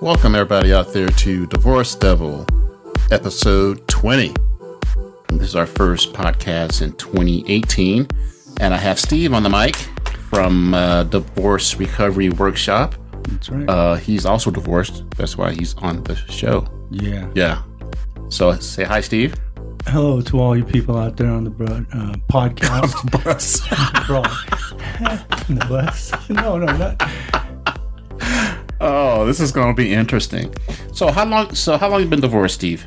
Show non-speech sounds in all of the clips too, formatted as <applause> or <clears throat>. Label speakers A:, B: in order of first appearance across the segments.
A: Welcome, everybody, out there to Divorce Devil, episode 20. This is our first podcast in 2018. And I have Steve on the mic from uh, Divorce Recovery Workshop.
B: That's right.
A: Uh, he's also divorced. That's why he's on the show.
B: yeah.
A: Yeah. So say hi, Steve.
B: Hello to all you people out there on the broad, uh, podcast. <laughs> broad. on the bus. <laughs> No, no, not.
A: <laughs> oh, this is going to be interesting. So how long? So how long you been divorced, Steve?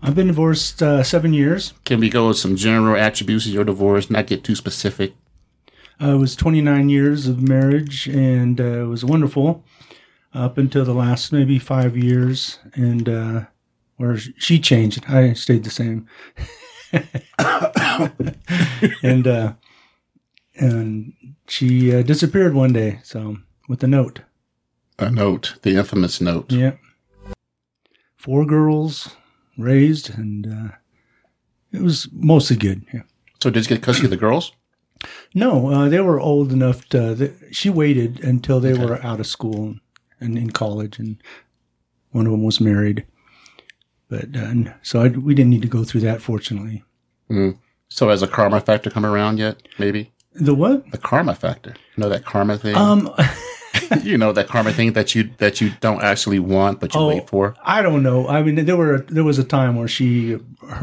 B: I've been divorced uh, seven years.
A: Can we go with some general attributes of your divorce, not get too specific?
B: Uh, it was 29 years of marriage, and uh, it was wonderful up until the last maybe five years, and uh, where sh- she changed. I stayed the same, <coughs> and uh, and she uh, disappeared one day. So with a note.
A: A note, the infamous note.
B: Yeah. Four girls raised, and uh, it was mostly good. Yeah.
A: So did you get custody of the girls?
B: No, uh, they were old enough to. uh, That she waited until they were out of school and in college, and one of them was married. But uh, n- so I, we didn't need to go through that, fortunately.
A: So has a karma factor come around yet? Maybe
B: The what?
A: the karma factor. You know that karma thing.
B: Um,
A: <laughs>
B: <laughs>
A: you know that karma thing that you that you don't actually want but you
B: Oh.
A: wait for.
B: I don't know. I mean, there were there was a time where she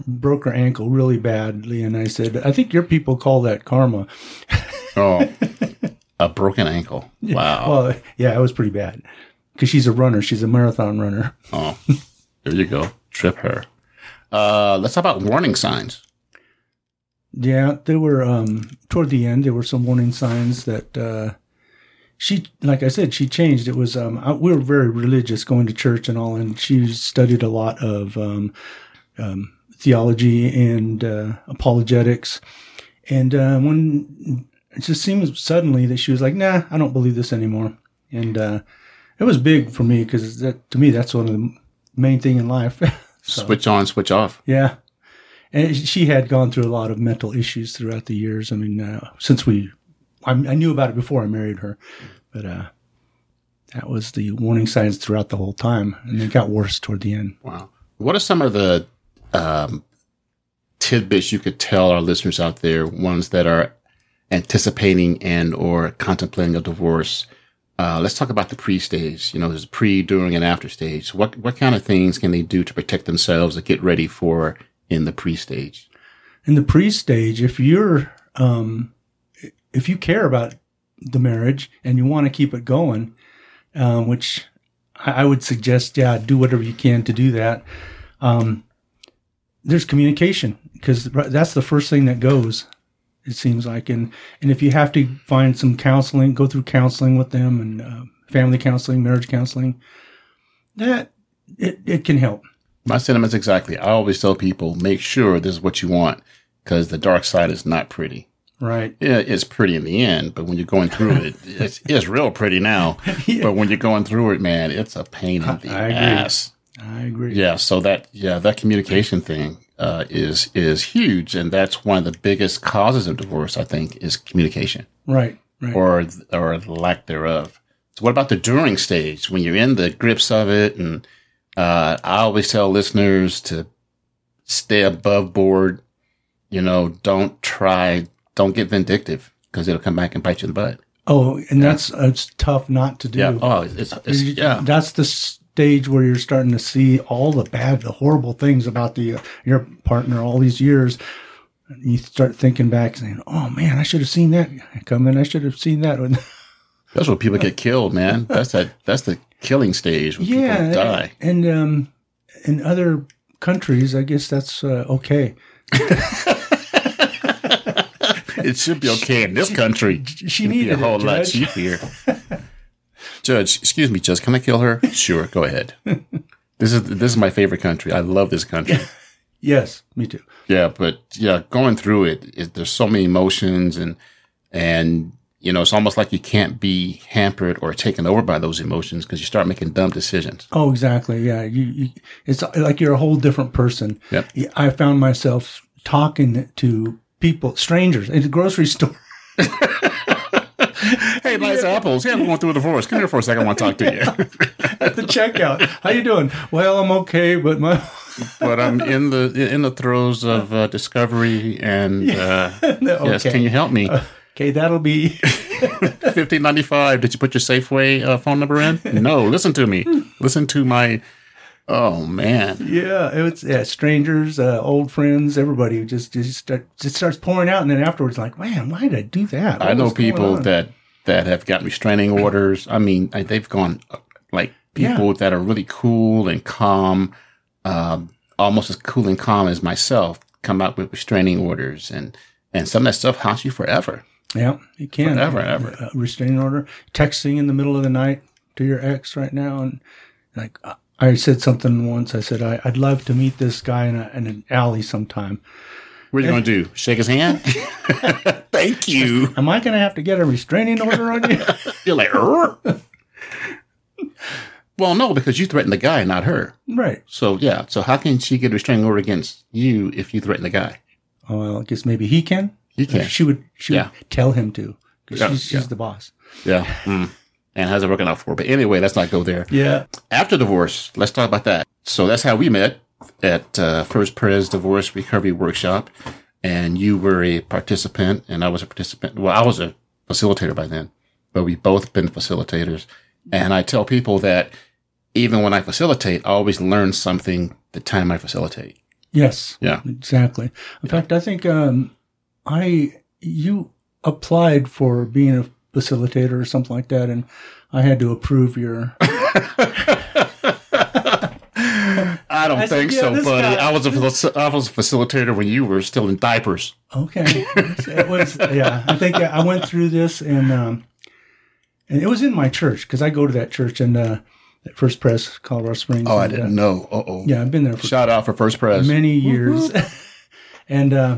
B: broke her ankle really badly, and I said, "I think your people call that karma."
A: Oh, a broken ankle. <laughs> Wow.
B: Well, yeah, it was pretty bad because she's a runner. She's a marathon runner.
A: Oh, there you go. Trip her. Uh, let's talk about warning signs.
B: Yeah, there were um, toward the end. There were some warning signs that uh, she, like I said, she changed. It was um, I, we were very religious, going to church and all, and she studied a lot of um, um, theology and uh, apologetics. And uh, when it just seemed suddenly that she was like, "Nah, I don't believe this anymore," and uh, it was big for me because that to me that's one of the main thing in life. <laughs> So-
A: Switch on, switch off.
B: yeah. And she had gone through a lot of mental issues throughout the years. I mean, uh, since we, I, I knew about it before I married her, but uh, that was the warning signs throughout the whole time. And it got worse toward the end.
A: Wow. What are some of the um, tidbits you could tell our listeners out there, ones that are anticipating and or contemplating a divorce? Uh, let's talk about the pre-stage. You know, there's pre, during, and after stage. What what kind of things can they do to protect themselves and get ready for in the pre-stage?
B: in the pre-stage if you're um if you care about the marriage and you want to keep it going um which i I would suggest yeah do whatever you can to do that um there's communication because that's the first thing that goes it seems like and and if you have to find some counseling go through counseling with them and uh, family counseling marriage counseling that it, it can help
A: My sentiments exactly. I always tell people make sure this is what you want because the dark side is not pretty.
B: right <laughs>
A: Yeah, it's pretty in the end, but when you're going through it, it's, it's real pretty now. <laughs>
B: Yeah.
A: But when you're going through it, man, it's a pain in the
B: I agree.
A: ass.
B: i agree
A: Yeah, so that yeah, that communication thing uh, is is huge, and that's one of the biggest causes of divorce. I think is communication
B: right right
A: or or lack thereof. So what about the during stage when you're in the grips of it? And uh, I always tell listeners to stay above board. You know, don't try, don't get vindictive because it'll come back and bite you in the butt.
B: Oh, and that's it's tough not to do.
A: Yeah. Oh, it's, it's
B: You-
A: yeah.
B: That's the stage where you're starting to see all the bad, the horrible things about the uh, your partner all these years. And You start thinking back, saying, "Oh man, I should have seen that coming. I should have seen that." one." <laughs>
A: That's where people get killed, man. That's that. That's the killing stage when
B: yeah,
A: people die.
B: and um, in other countries, I guess that's uh, okay.
A: It should be okay in this country.
B: She
A: Be
B: needed
A: a whole
B: it,
A: lot
B: Judge.
A: cheaper. <laughs> Judge, excuse me, Judge, can I kill her? Sure, go ahead. This is this is my favorite country. I love this country.
B: Yes, me too.
A: yeah, but yeah, going through it, it, there's so many emotions and and you know it's almost like you can't be hampered or taken over by those emotions because you start making dumb decisions.
B: Oh, exactly. Yeah, you, you. It's like you're a whole different person.
A: Yep.
B: Yeah, I found myself talking to people, strangers, at the grocery <laughs> store.
A: Hey, nice apples. Yeah, I'm going through a divorce. Come here for a second. I want to talk to you.
B: at the checkout. How you doing? Well, I'm okay, but my <laughs>
A: but I'm in the in the throes of uh, discovery and uh, yes,
B: Okay.
A: can you help
B: <laughs>
A: me?
B: okay, that'll be <laughs>
A: Fifteen ninety five. Did you put your Safeway uh, phone number in? No. Listen to me. Listen to my. Oh man.
B: yeah. It's yeah, strangers, uh, old friends, everybody just just start just starts pouring out, and then afterwards, like, man, why did I do that?
A: I
B: What
A: know
B: was going
A: people
B: on?"
A: that that have gotten restraining orders. I mean, I- they've gone uh, like people that are really cool and calm, um, almost as cool and calm as myself, come out with restraining orders, and and some of that stuff haunts you forever.
B: yeah, you can
A: Forever, ever.
B: Uh, restraining order, texting in the middle of the night to your ex right now, and like I- I said something once. I said I, I'd love to meet this guy in, a, in an alley sometime.
A: What are you going to do? Shake his hand? <laughs> Thank you.
B: Am I going to have to get a restraining order on you?
A: <laughs> You're like, "Er." well, no, because you threatened the guy, not her.
B: right.
A: So yeah. So how can she get a restraining order against you if you threaten the guy?
B: Oh, well, I guess maybe he can.
A: You
B: Or
A: can't.
B: She would. She
A: Yeah.
B: would tell him to. 'cause
A: Yeah,
B: she's, she's
A: yeah.
B: the boss.
A: Yeah. Mm. And how's it working out for? her? But anyway, let's not go there.
B: Yeah.
A: After divorce, let's talk about that. So that's how we met at uh, First Perez Divorce Recovery Workshop. And you were a participant, and I was a participant. Well, I was a facilitator by then, but we've both been facilitators. And I tell people that even when I facilitate, I always learn something the time I facilitate. <laughs>
B: Yes.
A: Yeah.
B: Exactly. In fact, I think um, I you applied for being a facilitator or something like that, and I had to approve your.
A: I don't
B: I said,
A: think
B: "Yeah,
A: so,
B: this
A: buddy.
B: guy-
A: I was a faci- I was a facilitator when you were still in diapers. <laughs>
B: Okay. it was. Yeah. I think I went through this, and um, and it was in my church because I go to that church in uh, at First Press, Colorado Springs.
A: Oh, I
B: and, uh,
A: didn't know. Uh oh.
B: yeah, I've been there for
A: Shout out for first press.
B: many years. <laughs> and uh,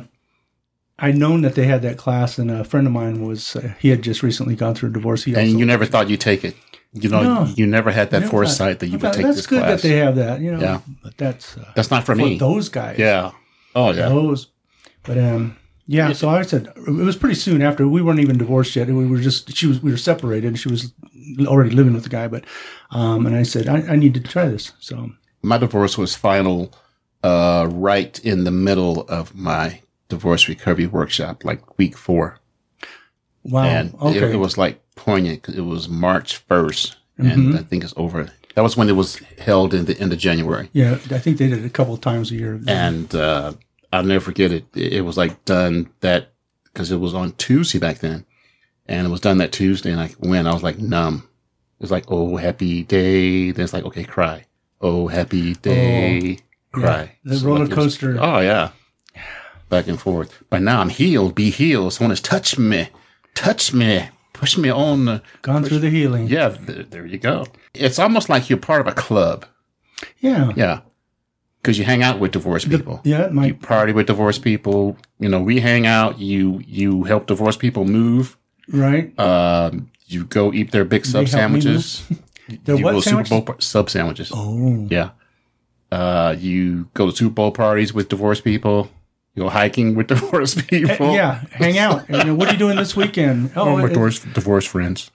B: I'd known that they had that class, and a friend of mine was, uh, he had just recently gone through a divorce. He
A: and
B: also-
A: you never thought you'd take it. You know,
B: No.
A: you never had that
B: I
A: foresight that
B: I
A: you would
B: thought,
A: take
B: That's
A: this
B: good
A: class.
B: that they have that, you know.
A: Yeah.
B: But that's uh,
A: That's not for,
B: for
A: me.
B: those guys.
A: yeah. Oh yeah.
B: Those. But, um, yeah, so I said it was pretty soon after we weren't even divorced yet. We were just she was we were separated. and She was already living with the guy, but um, and I said I, I need to try this. So
A: My divorce was final, uh, right in the middle of my divorce recovery workshop, like week four,
B: wow,
A: and
B: okay,
A: it, it was like poignant 'cause it was March 1st
B: Mm-hmm.
A: and I think it's over. That was when it was held in the end of January,
B: yeah, I think they did it a couple times a year.
A: and uh, I'll never forget it. It it was like done that because it was on Tuesday back then, and it was done that Tuesday. And I went, I was like numb. It was like, oh, happy day. Then it's like, okay, cry. Oh, happy day, cry.
B: Oh, the
A: So,
B: roller
A: like, it was-
B: coaster.
A: oh yeah, back and forth. But now I'm healed. Be healed. Someone has touched me. Touch me. Push me on. The,
B: Gone through the healing.
A: yeah, th- there you go. It's almost like you're part of a club.
B: Yeah.
A: Yeah, because you hang out with divorced people
B: Yeah,
A: you
B: my
A: party with divorced people. You know, we hang out. You you help divorced people move.
B: right.
A: Um, you go eat their big sub
B: help me <laughs>
A: sandwiches.
B: They're
A: you
B: what
A: go to Super
B: sandwiches?
A: Bowl par- sub sandwiches.
B: Oh,
A: Yeah. Uh, you go to Super Bowl parties with divorced people. You go hiking with <laughs> divorced people.
B: Eh, yeah. Hang out. You know, what are you doing
A: <laughs>
B: this weekend?
A: Oh, with
B: it-
A: divorced divorced friends.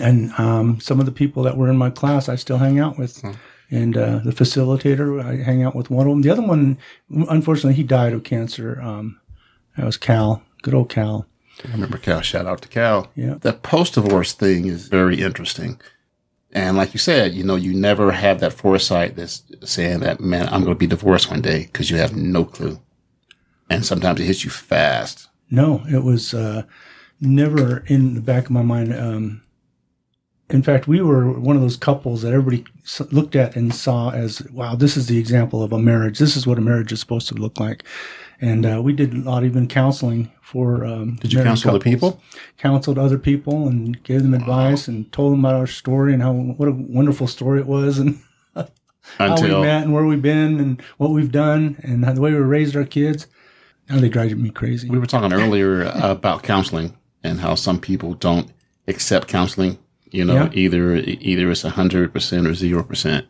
B: and um, some of the people that were in my class, I still hang out with. And uh, the facilitator, I hang out with one of them. The other one, unfortunately, he died of cancer. Um, that was Cal, good old Cal.
A: I remember Cal. Shout out to Cal.
B: Yeah.
A: The post divorce thing is very interesting. And like you said, you know, you never have that foresight that's saying that, man, I'm going to be divorced one day because you have no clue. And sometimes it hits you fast.
B: No, it was uh, never in the back of my mind. Um, in fact, we were one of those couples that everybody s- looked at and saw as, wow, this is the example of a marriage. This is what a marriage is supposed to look like. And uh, we did a lot of even counseling for. Um,
A: Did you
B: married
A: counsel other people?
B: Counseled other people and gave them advice and told them about our story and how what a wonderful story it was and <laughs> how
A: Until
B: we met and where we've been and what we've done and how, the way we raised our kids. Now they drive me crazy.
A: we were talking earlier <laughs> about counseling and how some people don't accept counseling. You know,
B: Yeah.
A: either either it's hundred percent or zero percent.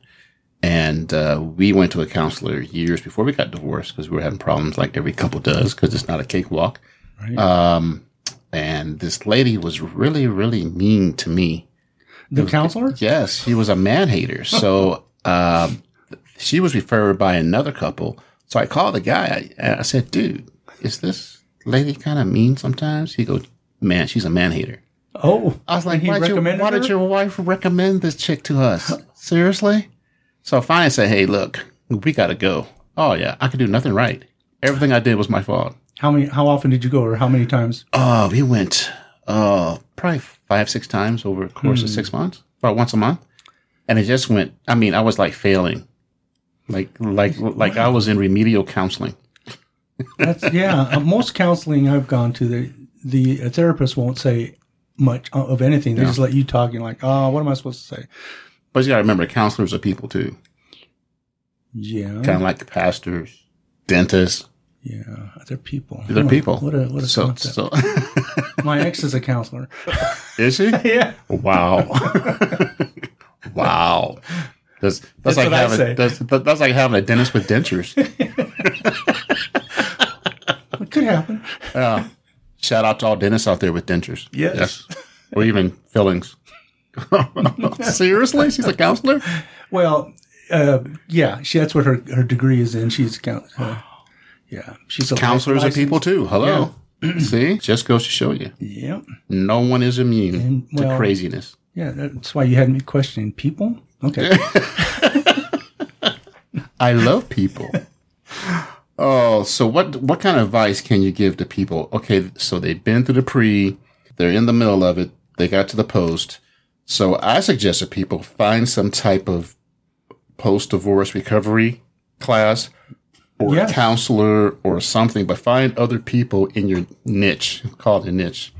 A: And uh, we went to a counselor years before we got divorced because we were having problems like every couple does because it's not a cakewalk.
B: Right.
A: Um, and this lady was really, really mean to me.
B: The counselor?
A: Yes, he was a man hater. So um, she was referred by another couple. So I called the guy. I, I said, "Dude, is this lady kind of mean sometimes?" He goes, "Man, she's a man hater."
B: Oh,
A: I was like,
B: And he
A: why, did your,
B: recommended
A: why did
B: her?
A: your wife recommend this chick to us? Seriously? So I finally said, hey, look, we got to go. Oh, yeah, I could do nothing right. Everything I did was my fault.
B: how many? How often did you go, or how many times?
A: Oh, we went uh, probably five, six times over the course
B: Hmm.
A: of six months, about once a month. And it just went, I mean, I was like failing. Like, like, like I was in remedial counseling.
B: That's yeah. uh, Most counseling I've gone to, the the uh, therapist won't say much o- of anything. They just let you talk. You're like, oh, what am I supposed to say?
A: But you got to remember, counselors are people too,
B: Yeah,
A: kind of like pastors, dentists,
B: yeah. They're people.
A: they're
B: Huh,
A: people.
B: What a what a
A: so,
B: concept.
A: so <laughs>
B: My ex is a counselor.
A: is she?
B: yeah.
A: Wow. <laughs> wow. That's, that's,
B: That's
A: like
B: what I
A: having
B: say.
A: that's, that- that's like having a dentist with dentures.
B: It could happen.
A: Yeah. Shout out to all dentists out there with dentures.
B: Yes.
A: Or even
B: <laughs>
A: fillings. Seriously? She's a counselor?
B: Well, uh, yeah. She that's what her her degree is in. She's a count. Uh, yeah, she's a
A: Counselors are people too. Hello. <clears throat> See? Just goes to show you.
B: Yep.
A: No one is immune
B: And,
A: to
B: well-
A: craziness.
B: Yeah, that's why you had me questioning people. <laughs> Okay.
A: I love
B: <laughs>
A: people. oh, so what what kind of advice can you give to people? Okay, so they've been through the pre, they're in the middle of it, they got to the post. So I suggest that people find some type of post divorce recovery class or
B: Yes.
A: a counselor or something, but find other people in your niche, call it a niche.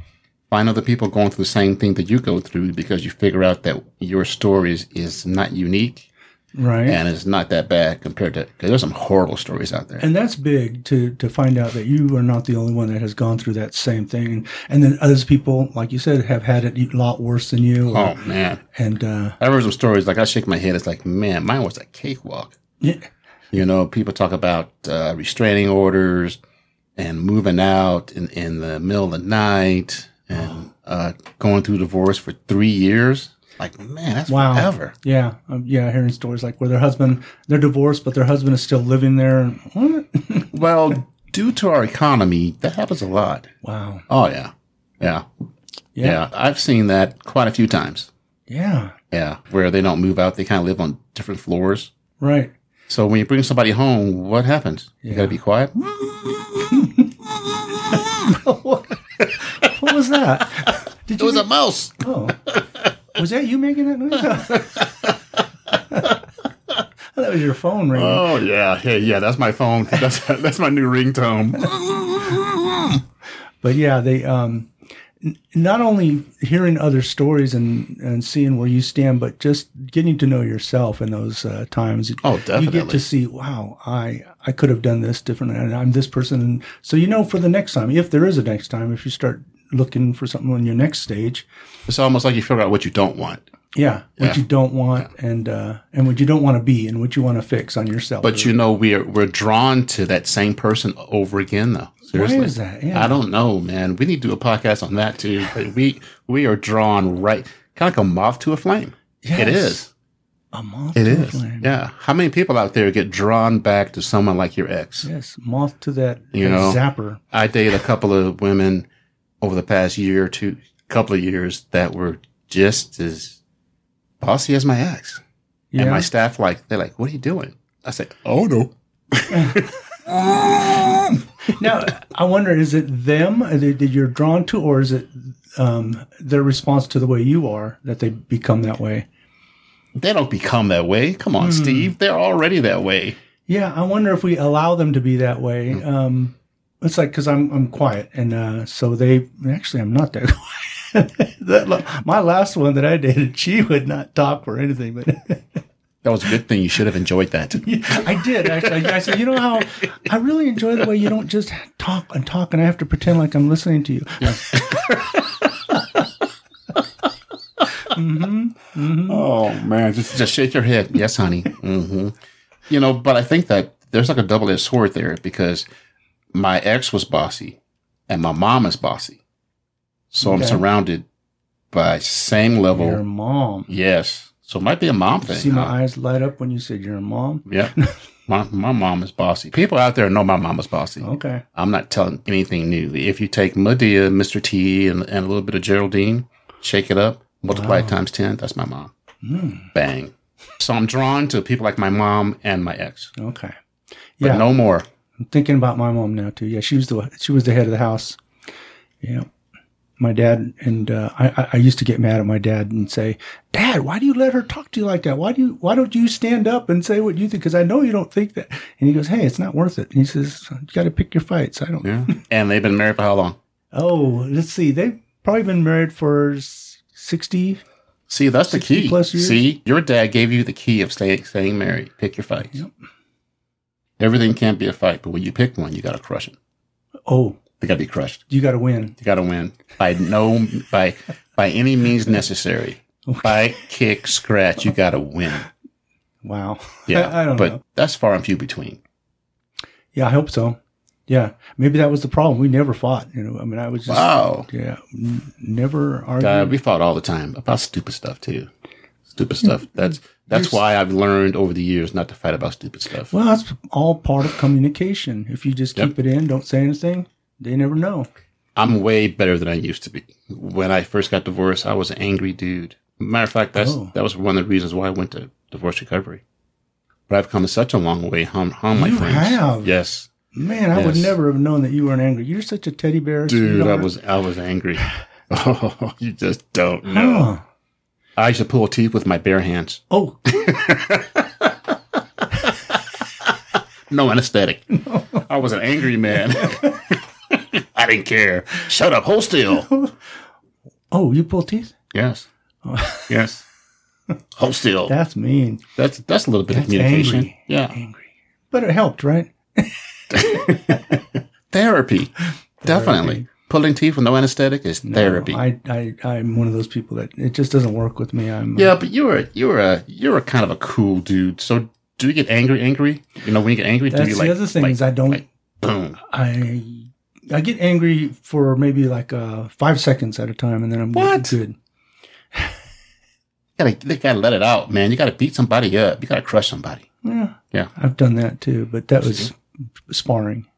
A: Find other people going through the same thing that you go through because you figure out that your story is, is not unique
B: Right.
A: and it's not that bad compared to because there's some horrible stories out there.
B: And that's big to to find out that you are not the only one that has gone through that same thing, and then other people, like you said, have had it a lot worse than you.
A: Oh man,
B: And uh,
A: I remember some stories like I shake my head. It's like man, mine was a cakewalk.
B: yeah,
A: You know, people talk about uh, restraining orders and moving out in, in the middle of the night and uh, going through divorce for three years. Like man, that's
B: Wow.
A: forever.
B: yeah, um, yeah, hearing stories like where their husband, they're divorced, but their husband is still living there. and- What? <laughs>
A: Well, due to our economy, that happens a lot.
B: wow.
A: Oh yeah, yeah,
B: Yeah.
A: yeah. I've seen that quite a few times.
B: Yeah.
A: Yeah, where they don't move out, they kind of live on different floors.
B: Right.
A: So when you bring somebody home, what happens? You
B: Yeah.
A: gotta be quiet.
B: What was
A: <laughs>
B: that? Did
A: It
B: you?
A: was a mouse.
B: make- oh. Was that you making that
A: <laughs>
B: <laughs> noise? that was your phone ringing.
A: Oh yeah, yeah, yeah. That's my phone. <laughs> That's that's my new ringtone.
B: but yeah, they um, n- not only hearing other stories and and seeing where you stand, but just getting to know yourself in those uh, times.
A: Oh,
B: You get
A: definitely.
B: to see, wow, I I could have done this differently, and I'm this person. And so you know, for the next time, if there is a next time, if you start looking for something on your next stage,
A: It's almost like you figure out what you don't want,
B: yeah, what
A: Yeah.
B: you don't want and uh, and what you don't want to be, and what you want to fix on yourself.
A: but you know we're we're drawn to that same person over again though. Seriously,
B: is that? Yeah.
A: I don't know, man. We need to do a podcast on that too.
B: <laughs>
A: But we we are drawn right, kind of like a moth to a flame. It
B: Yes.
A: is.
B: a moth
A: It
B: to a
A: is.
B: flame.
A: Yeah. How many people out there get drawn back to someone like your ex?
B: Yes, moth to that
A: You
B: that
A: know.
B: zapper.
A: I dated a couple of women over the past year or two, couple of years that were just as bossy as my ex.
B: Yeah,
A: And my staff, like, they're like, what are you doing? I said, oh, no.
B: Now, I wonder, is it them that that you're drawn to, or is it um, their response to the way you are that they become that way?
A: They don't become that way. Come on, Steve. They're already that way.
B: Yeah, I wonder if we allow them to be that way. Um, it's like because I'm I'm quiet, and uh, so they actually I'm not that <laughs> quiet. that, la- my last one that I dated, she would not talk or anything, but
A: That was a good thing. You should have enjoyed that.
B: I did actually. I said, you know how I really enjoy the way you don't just talk and talk, and I have to pretend like I'm listening to you. <laughs> Mm-hmm,
A: Oh, man. Just, just shake your head. Yes, honey. hmm You know, but I think that there's like a double edged sword there because my ex was bossy and my mom is bossy. So I'm
B: Okay.
A: surrounded by same level.
B: Your mom.
A: Yes. So it might be a mom
B: You
A: thing.
B: see my
A: huh?
B: eyes light up when you said your mom.
A: Yeah. <laughs> my, my mom is bossy. People out there know my mom is bossy.
B: Okay.
A: I'm not telling anything new. If you take Medea, Mr. T, and, and a little bit of Geraldine, shake it up, multiply it times 10, that's my mom.
B: Hmm.
A: Bang. So I'm drawn to people like my mom and my ex,
B: Okay.
A: but
B: Yeah.
A: no more.
B: I'm thinking about my mom now too. Yeah, she was the she was the head of the house. Yeah, my dad and uh, I. I- I used to get mad at my dad and say, "Dad, why do you let her talk to you like that? Why do you why don't you stand up and say what you think? Because I know you don't think that." And he goes, "Hey, it's not worth it." And he says, "You got to pick your fights." I don't.
A: Yeah. and they've been married for how long?
B: Oh, let's see. They've probably been married for s- sixty.
A: See, that's the
B: 60
A: key.
B: plus years.
A: See, your dad gave you the key of staying, staying married. Pick your fights.
B: Yep.
A: Everything can't be a fight, but when you pick one, you got to crush it.
B: Oh,
A: They got to be crushed.
B: you got to win.
A: You got to win by no by by any means necessary. By kick, scratch, you got to win.
B: Wow.
A: Yeah,
B: <laughs> I, I don't
A: but
B: know.
A: that's far and few between.
B: Yeah, I hope so. Yeah, maybe that was the problem. We never fought. You know, I mean, I was just
A: Wow,
B: Yeah, n- never argued.
A: God, we fought all the time about stupid stuff too. Stupid stuff. That's that's
B: You're-
A: why I've learned over the years not to fight about stupid stuff.
B: well, that's all part of communication. If you just
A: Yep.
B: keep it in, don't say anything, they never know.
A: I'm way better than I used to be. When I first got divorced, I was an angry dude. Matter of fact, that's
B: Oh.
A: that was one of the reasons why I went to divorce recovery. But I've come such a long way. Hum, hum, my
B: You
A: friends.
B: have.
A: Yes,
B: Man, I would
A: Yes.
B: never have known that you weren't angry. You're such a teddy bear.
A: dude, I
B: sweetheart.
A: was I was angry. <sighs> Oh, you just don't know.
B: Huh.
A: I used to pull teeth with my bare hands.
B: Oh,
A: <laughs> No anesthetic. I was an angry man. <laughs> I didn't care. Shut up. Hold still.
B: oh, you pull teeth?
A: <laughs> Yes. Yes. Hold still.
B: That's mean.
A: That's that's a little bit of
B: That's
A: communication.
B: angry.
A: Yeah.
B: Angry. But it helped, right?
A: Therapy. Definitely. Pulling teeth with no anesthetic is therapy.
B: I, I, I'm one of those people that it just doesn't work with me. I'm uh,
A: yeah, but you were you were a you were kind of a cool dude. So do you get angry angry? You know, when you get angry, do
B: That's
A: you
B: the
A: like
B: other thing
A: like,
B: is I don't.
A: like, boom.
B: I I get angry for maybe like uh, five seconds at a time, and then I'm
A: What?
B: good.
A: You gotta, they gotta let it out, man. You gotta beat somebody up. You gotta crush somebody.
B: Yeah.
A: Yeah.
B: I've done that too, but that was sparring.
A: <laughs>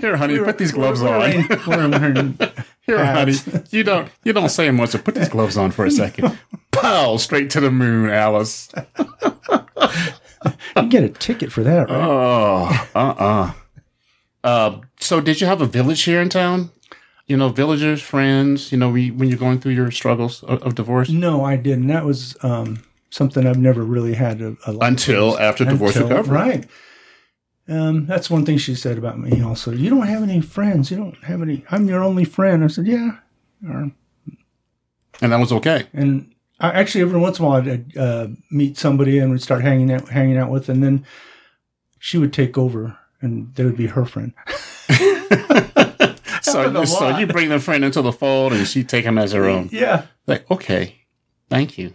A: Here, honey, put these gloves on.
B: We're learning.
A: <laughs> Here, honey,
B: hats. <laughs>
A: you don't you don't say much. So put these gloves on for a second. Pow! Straight to the moon,
B: <laughs>
A: Alice.
B: You get a ticket for that, right?
A: Oh, uh-uh. Uh, so did you have a village here in town? You know, villagers, friends, you know, when you- when you're going through your struggles of, of divorce?
B: No, I didn't. That was um, something I've never really had a, a lot
A: Until after divorce
B: until-
A: recovery.
B: Right. Um, that's one thing she said about me also. You don't have any friends. You don't have any. I'm your only friend. I said, yeah. Or-
A: And that was
B: <laughs>
A: okay. <laughs>
B: and I actually every once in a while I'd uh, meet somebody and we'd start hanging out, hanging out with, and then she would take over, and they would be her friend. Happened
A: So,
B: a
A: so
B: lot.
A: you bring the friend into the fold and she take him as her own.
B: Yeah,
A: Like, okay, thank you.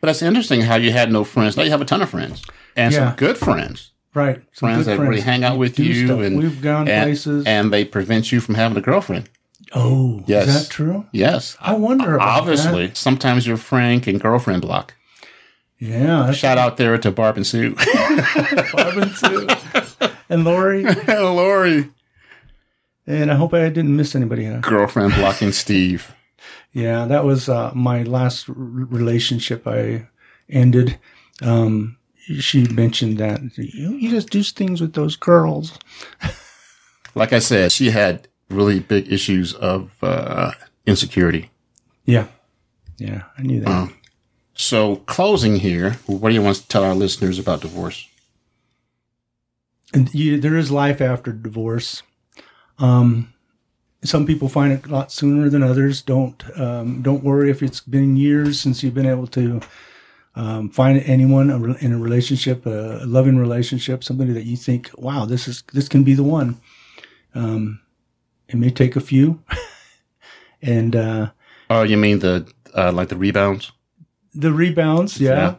A: But that's interesting how you had no friends. Now you have a ton of friends and
B: Yeah.
A: some good friends.
B: right. Some
A: Friends
B: good
A: that really hang out with
B: Do
A: you and-
B: we've gone
A: and-
B: places.
A: And they prevent you from having a girlfriend.
B: oh,
A: Yes.
B: is that true?
A: Yes.
B: I wonder. About
A: Obviously, sometimes your friend can girlfriend block.
B: that. yeah. that's
A: Shout out there to Barb and Sue. <laughs>
B: Robin too. and Lori.
A: Lori.
B: And I hope I didn't miss anybody. huh?
A: Girlfriend blocking Steve.
B: Yeah, that was uh, my last r- relationship I ended. Um, she mentioned that you, you just do things with those girls.
A: Like I said, she had really big issues of uh, insecurity.
B: Yeah, yeah, I knew that.
A: Wow. So, closing here, what do you want to tell our listeners about divorce?
B: And you, there is life after divorce. Um, some people find it a lot sooner than others. Don't um, don't worry if it's been years since you've been able to um, find anyone a re- in a relationship, a loving relationship, somebody that you think, wow, this is this can be the one. Um, it may take a few, <laughs> and uh,
A: Oh, you mean the uh, like the rebounds?
B: the rebounds. Yeah,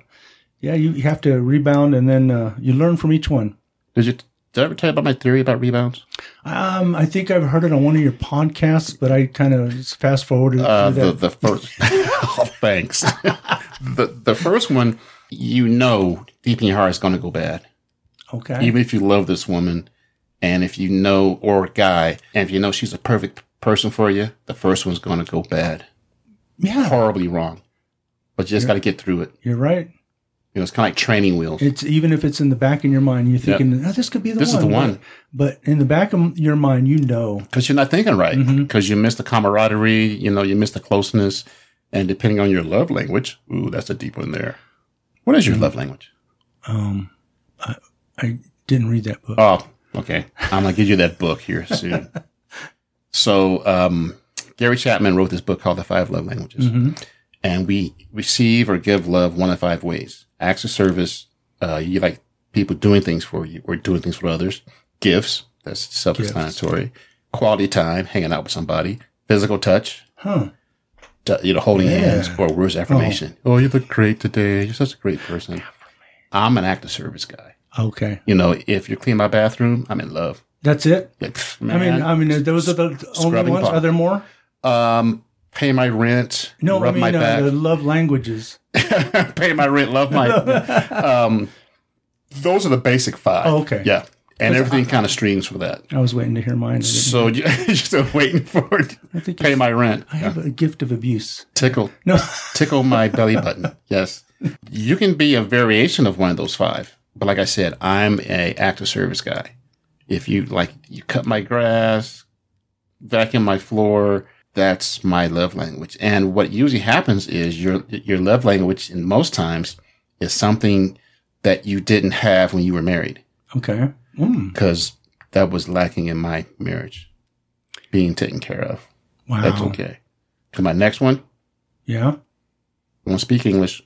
B: yeah, you, you have to rebound, and then uh, you learn from each one.
A: Did you did I ever tell you about my theory about rebounds?
B: Um, I think I've heard it on one of your podcasts, but I kind of fast forwarded
A: Uh, the
B: through that.
A: the first, <laughs> oh, thanks. <laughs> the the first one, you know, deep in your heart, it's going to go bad.
B: okay.
A: Even if you love this woman, and if you know or guy, and if you know she's a perfect person for you, the first one's going to go bad,
B: yeah,
A: horribly wrong. But you just got to get through it.
B: you're right.
A: You know, it's kind of like training wheels.
B: It's even if it's in the back of your mind, you're thinking, oh, this could be the
A: This is
B: one.
A: the one.
B: But in the back of your mind, you know.
A: because you're not thinking right because you miss the camaraderie you know you miss the closeness and depending on your love language ooh that's a deep one there what is your love language
B: Um, I, I didn't read that book.
A: oh okay i'm gonna give you that book here soon so um, gary chapman wrote this book called the five love languages and we receive or give love one of five ways acts of service uh, you like people doing things for you or doing things for others gifts that's self-explanatory quality time hanging out with somebody physical touch
B: Huh.
A: t- you know, holding hands or words of affirmation. Oh. you look great today. You're such a great person. I'm an act of service guy.
B: Okay.
A: You know, if you clean my bathroom, I'm in love.
B: That's it.
A: Like, pff,
B: I mean,
A: man,
B: I mean, those are the only
A: Scrubbing
B: ones.
A: pop.
B: Are there more?
A: um, pay my rent,
B: No,
A: rub
B: I
A: my
B: mean uh,
A: back,
B: the love languages.
A: <laughs> pay my rent, love
B: <laughs>
A: my. um, those are the basic five.
B: Oh, okay.
A: Yeah, and everything kind of streams for that.
B: I was waiting to hear mine. I didn't.
A: So <laughs> you- you're still waiting for it.
B: think
A: Pay my rent.
B: I have a gift of abuse.
A: Tickle.
B: No. <laughs>
A: tickle my belly button. Yes. You can be a variation of one of those five. But like I said, I'm a active service guy. If you like you cut my grass, vacuum my floor, that's my love language. And what usually happens is your your love language in most times is something that you didn't have when you were married
B: Okay. Mm.
A: because that was lacking in my marriage being taken care of.
B: Wow.
A: That's okay. To my next one,
B: Yeah.
A: I won't speak English.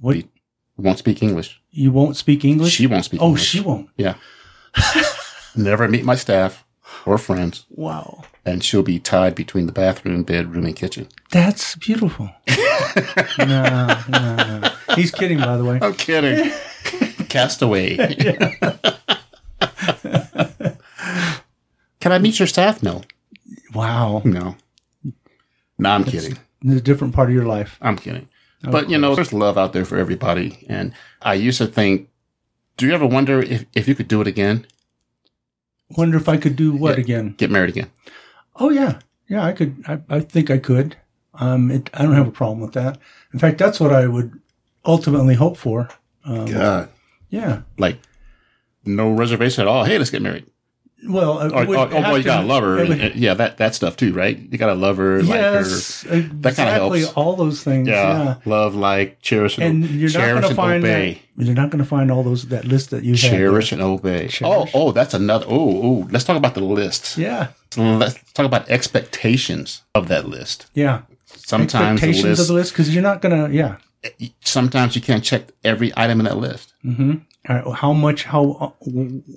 B: What?
A: Be- Won't speak English.
B: You won't speak English?
A: She won't speak.
B: oh,
A: English.
B: she won't.
A: <laughs> Yeah. Never meet my staff or friends,
B: Wow.
A: and she'll be tied between the bathroom, bedroom, and kitchen.
B: That's beautiful. no, <laughs> no, no. He's kidding, by the way.
A: I'm kidding. <laughs> Castaway. Can I meet your staff? No.
B: Wow.
A: No. No, I'm kidding.
B: A different part of your life.
A: I'm kidding. But you know, there's love out there for everybody. And I used to think, do you ever wonder if, if you could do it again?
B: Wonder if I could do what again?
A: Get married again.
B: Oh, yeah. Yeah, I could. I, I think I could. Um, it, I don't have a problem with that. In fact, that's what I would ultimately hope for. Um,
A: God.
B: yeah.
A: Like no reservation at all. Hey, let's get married.
B: Well, uh, it
A: Or,
B: would
A: or, or
B: have
A: Oh, well, you
B: to-
A: got a lover.
B: it would-
A: and- yeah, that, that stuff too, right? You got a lover,
B: yes,
A: that kinda
B: exactly.
A: helps.
B: All those things.
A: like her.
B: Yeah.
A: Yeah, love, like, cherish and,
B: And you're not
A: cherish
B: going to
A: and
B: find that,
A: obey.
B: you're not going to find all those that list that you have.
A: Cherish and obey.
B: Cherish.
A: Oh, oh, that's another. Oh, oh, let's talk about the list.
B: Yeah.
A: Let's talk about expectations of that list.
B: Yeah.
A: Sometimes the
B: Expectations
A: list,
B: of the list because you're not going to. Yeah.
A: sometimes you can't check every item in that list.
B: All right, well, Uh, how much? How?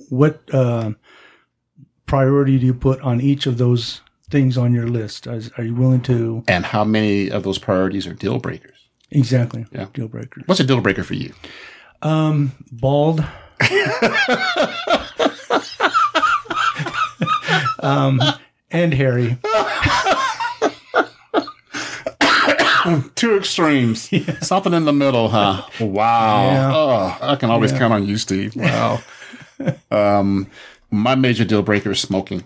B: What uh, priority do you put on each of those things on your list? Is, are you willing to
A: And how many of those priorities are deal breakers?
B: exactly
A: Yeah.
B: deal breaker?
A: What's a deal breaker for you?
B: Um, bald. <laughs> um, and hairy.
A: Two
B: <laughs>
A: extremes. Something in the middle, huh? Wow.
B: Yeah.
A: Oh, I can always count on you, Steve. Wow. <laughs> um, my major deal breaker is smoking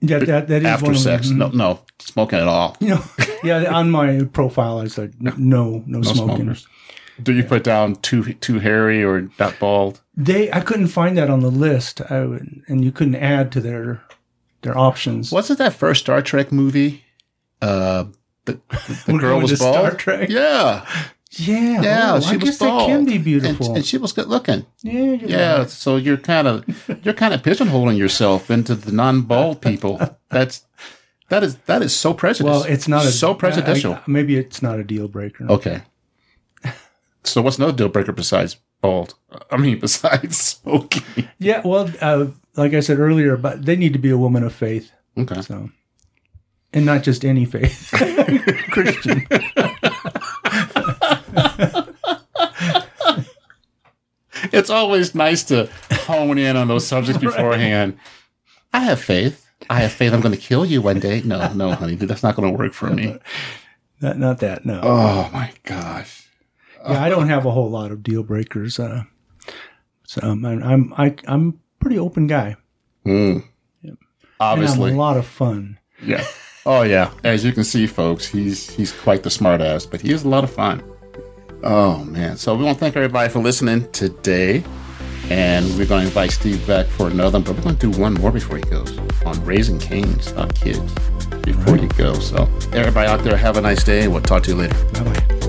B: Yeah, that that is
A: after
B: one of them. Mm-hmm.
A: sex. No, no, smoking at all.
B: <laughs> You know, yeah. On my profile, I said no, no,
A: No
B: smoking.
A: smokers. Do you put down too too hairy or not bald?
B: They, I couldn't find that on the list. I would, and you couldn't add to their their options.
A: Wasn't that first Star Trek movie? Uh, the the
B: <laughs> We're
A: girl
B: going
A: was
B: to
A: bald.
B: Star Trek?
A: Yeah,
B: Yeah,
A: yeah.
B: oh,
A: she
B: I
A: was
B: guess
A: bald.
B: that can be
A: And-
B: beautiful.
A: and, she was good looking.
B: yeah, you're
A: Yeah,
B: right.
A: so you're kind of you're kind of pigeonholing yourself into the non-bald people. That's that is that is so prejudiced.
B: Well, it's not a,
A: so prejudicial. Oh.
B: I- I- maybe it's not a deal breaker.
A: okay. So what's another deal breaker besides bald? I mean, <laughs> besides smoking.
B: Yeah, well, uh, like I said earlier, but they need to be a woman of faith.
A: Okay.
B: So, and not just any faith, <laughs> Christian.
A: It's always nice to hone in on those subjects
B: <laughs>
A: beforehand. I have faith. I have faith. I'm going to kill you one day. No, no, honey, that's not going to work for
B: <laughs>
A: me.
B: Not, not that. No.
A: Oh my gosh.
B: yeah, I don't have a whole lot of deal breakers. Uh, so um, I'm I'm I, I'm a pretty open guy.
A: Mm. Obviously,
B: and I'm a lot of fun.
A: yeah. Oh yeah. As you can see, folks, he's he's quite the smartass, but he is a lot of fun. Oh man. So we want to thank everybody for listening today. And we're going to invite Steve back for another, but we're going to do one more before he goes on Raising uh, Canes, not kids, before you go. So, everybody out there, have a nice day. We'll talk to you later.
B: Bye bye.